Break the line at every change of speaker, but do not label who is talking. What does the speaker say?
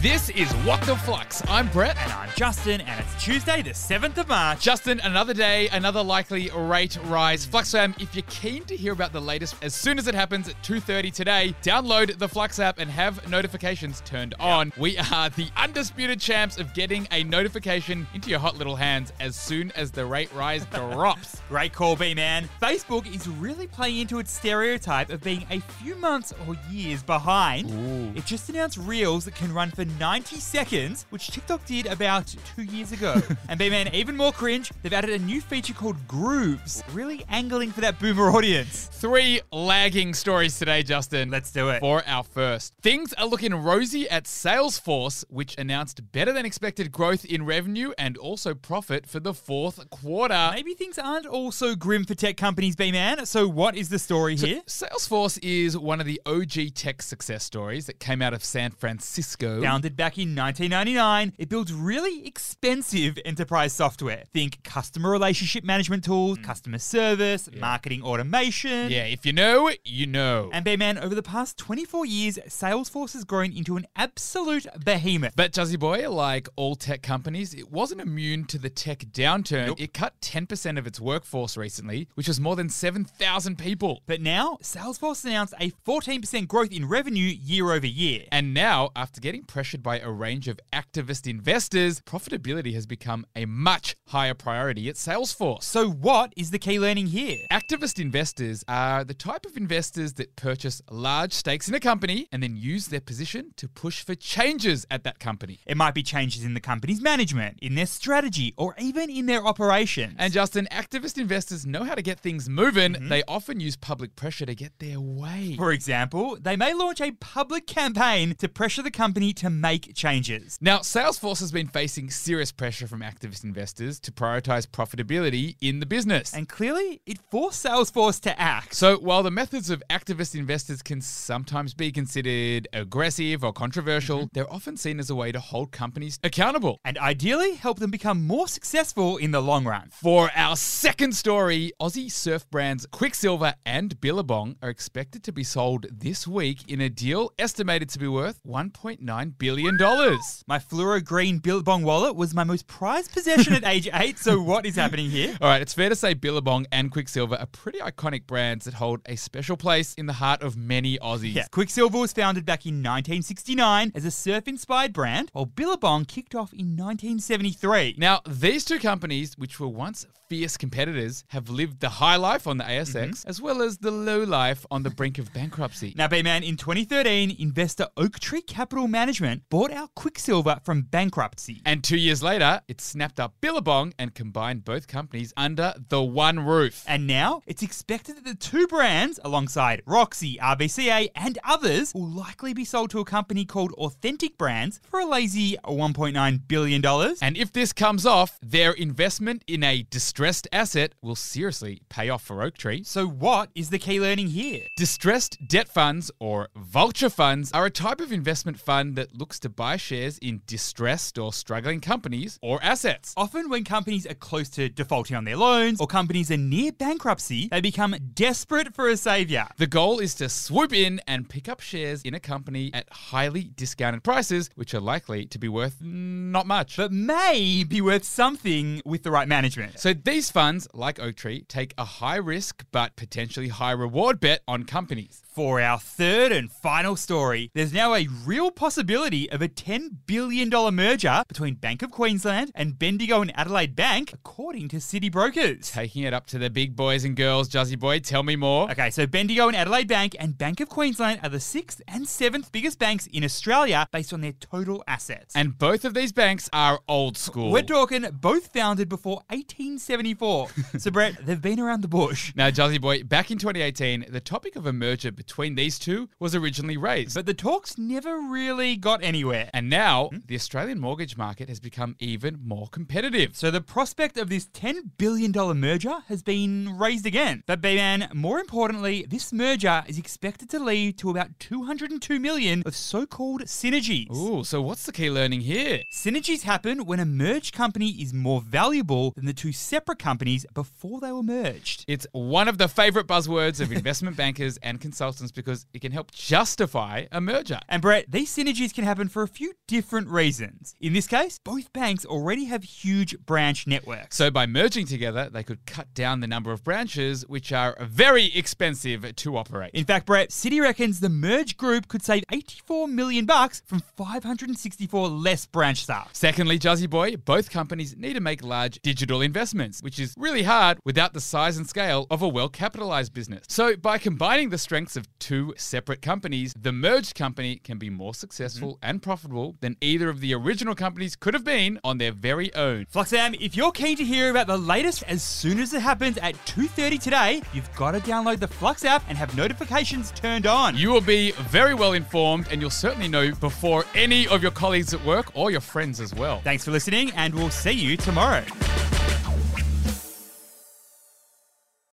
This is What the Flux. I'm Brett.
And I'm Justin, and it's Tuesday, the 7th of March.
Justin, another day, another likely rate rise. Flux fam, if you're keen to hear about the latest as soon as it happens at 2:30 today, download the Flux app and have notifications turned on. We are the undisputed champs of getting a notification into your hot little hands as soon as the rate rise drops.
Great call, B man. Facebook is really playing into its stereotype of being a few months or years behind. It just announced reels that can run for 90 seconds, which TikTok did about two years ago. and B man, even more cringe, they've added a new feature called Grooves, really angling for that boomer audience.
Three lagging stories today, Justin.
Let's do it.
for our first. Things are looking rosy at Salesforce, which announced better than expected growth in revenue and also profit for the fourth quarter.
Maybe things aren't all so grim for tech companies, B man. So, what is the story here?
Salesforce is one of the OG tech success stories that came out of San Francisco.
Founded back in 1999, it builds really expensive enterprise software. Think customer relationship management tools, customer service, marketing automation.
Mm. Yeah, if you know, you know.
And Bearman, over the past 24 years, Salesforce has grown into an absolute behemoth.
But Juzzy Boy, like all tech companies, it wasn't immune to the tech downturn.
Nope.
It cut 10% of its workforce recently, which was more than 7,000 people.
But now, Salesforce announced a 14% growth in revenue year over year.
And now, after getting pressured by a range of activist investors, profitability has become a much higher priority at Salesforce.
So, what is the key learning here?
Activist investors are the type of investors that purchase large stakes in a company and then use their position to push for changes at that company.
It might be changes in the company's management, in their strategy, or even in their operations.
And Justin, activist investors know how to get things moving. They often use public pressure to get their way.
For example, they may launch a public campaign to pressure the company to make changes.
Now, Salesforce has been facing serious pressure from activist investors to prioritize profitability in the business.
And clearly, it forced Salesforce to act.
So, while the methods of activist investors can sometimes be considered aggressive or controversial, they're often seen as a way to hold companies accountable.
And ideally, help them become more successful in the long run.
For our second story, Aussie surf brands Quicksilver and Billabong are expected to be sold this week in a deal estimated to be worth $1.9 billion.
My fluoro green Billabong wallet was my most prized possession at age eight, so what is happening here?
All right, it's fair to say Billabong and Quicksilver are pretty iconic brands that hold a special place in the heart of many Aussies.
Yeah, Quicksilver was founded back in 1969 as a surf inspired brand, while Billabong kicked off in 1973.
Now, these two companies, which were once fierce competitors, have lived the high life on the ASX as well as the low life on the brink of bankruptcy.
Mm-hmm. Now, B-Man, in 2013, investor Oaktree Capital Management bought out Quicksilver from bankruptcy.
and two years later, it snapped up Billabong and combined both companies under the one roof.
And now it's expected that the two brands, alongside Roxy, RBCA, and others, will likely be sold to a company called Authentic Brands for a lazy $1.9 billion. And
And if this comes off, their investment in a distressed asset will seriously pay off for Oak Tree.
so, what is the key learning here?
Distressed debt funds or vulture funds are a type of investment fund that looks to buy shares in distressed or struggling companies or assets.
Often, when companies are close to defaulting on their loans or companies are near bankruptcy, they become desperate for a savior.
The goal is to swoop in and pick up shares in a company at highly discounted prices, which are likely to be worth not much.
But may be worth something with the right management.
So these funds, like Oak Tree, take a high risk but potentially high reward bet on companies.
For our third and final story, there's now a real possibility of a $10 billion merger between Bank of Queensland and Bendigo and Adelaide Bank, according to City Brokers.
Taking it up to the big boys and girls, Juzzy Boy, tell me more.
Okay, so Bendigo and Adelaide Bank and Bank of Queensland are the sixth and seventh biggest banks in Australia based on their total assets.
And both of these banks are old school.
we're talking both founded before 1874. so, Brett, they've been around the bush.
Now, Jazzy Boy, back in 2018, the topic of a merger between these two was originally raised.
But Hmm? the talks never really got anywhere.
and now, the Australian mortgage market has become even more competitive.
So the prospect of this $10 billion merger has been raised again. But man, more importantly, this merger is expected to lead to about 202 million of so-called synergies.
Ooh, so what's the key learning here?
Synergies happen when a merged company is more valuable than the two separate companies before they were merged.
It's one of the favorite buzzwords of investment bankers and consultants because it can help justify a merger.
And Brett, these synergies can happen for a few different reasons. In this case, both banks already have huge branch networks.
So by merging together, they could cut down the number of branches, which are very expensive to operate.
In fact, Brett, City reckons the merged group could save 84 million bucks from 564 less branch staff.
Secondly, Juzzy Boy, both companies need to make large digital investments, which is really hard without the size and scale of a well capitalized business. So, by combining the strengths of two separate companies, the merged company can be more successful and profitable than either of the original companies could have been on their very own.
Fluxam, if you're keen to hear about the latest as soon as it happens at 2:30 today, you've got to download the Flux app and have notifications turned on.
You will be very well informed, and you'll certainly know before any of your colleagues at work or your friends as well.
Thanks for listening, and we'll see you tomorrow.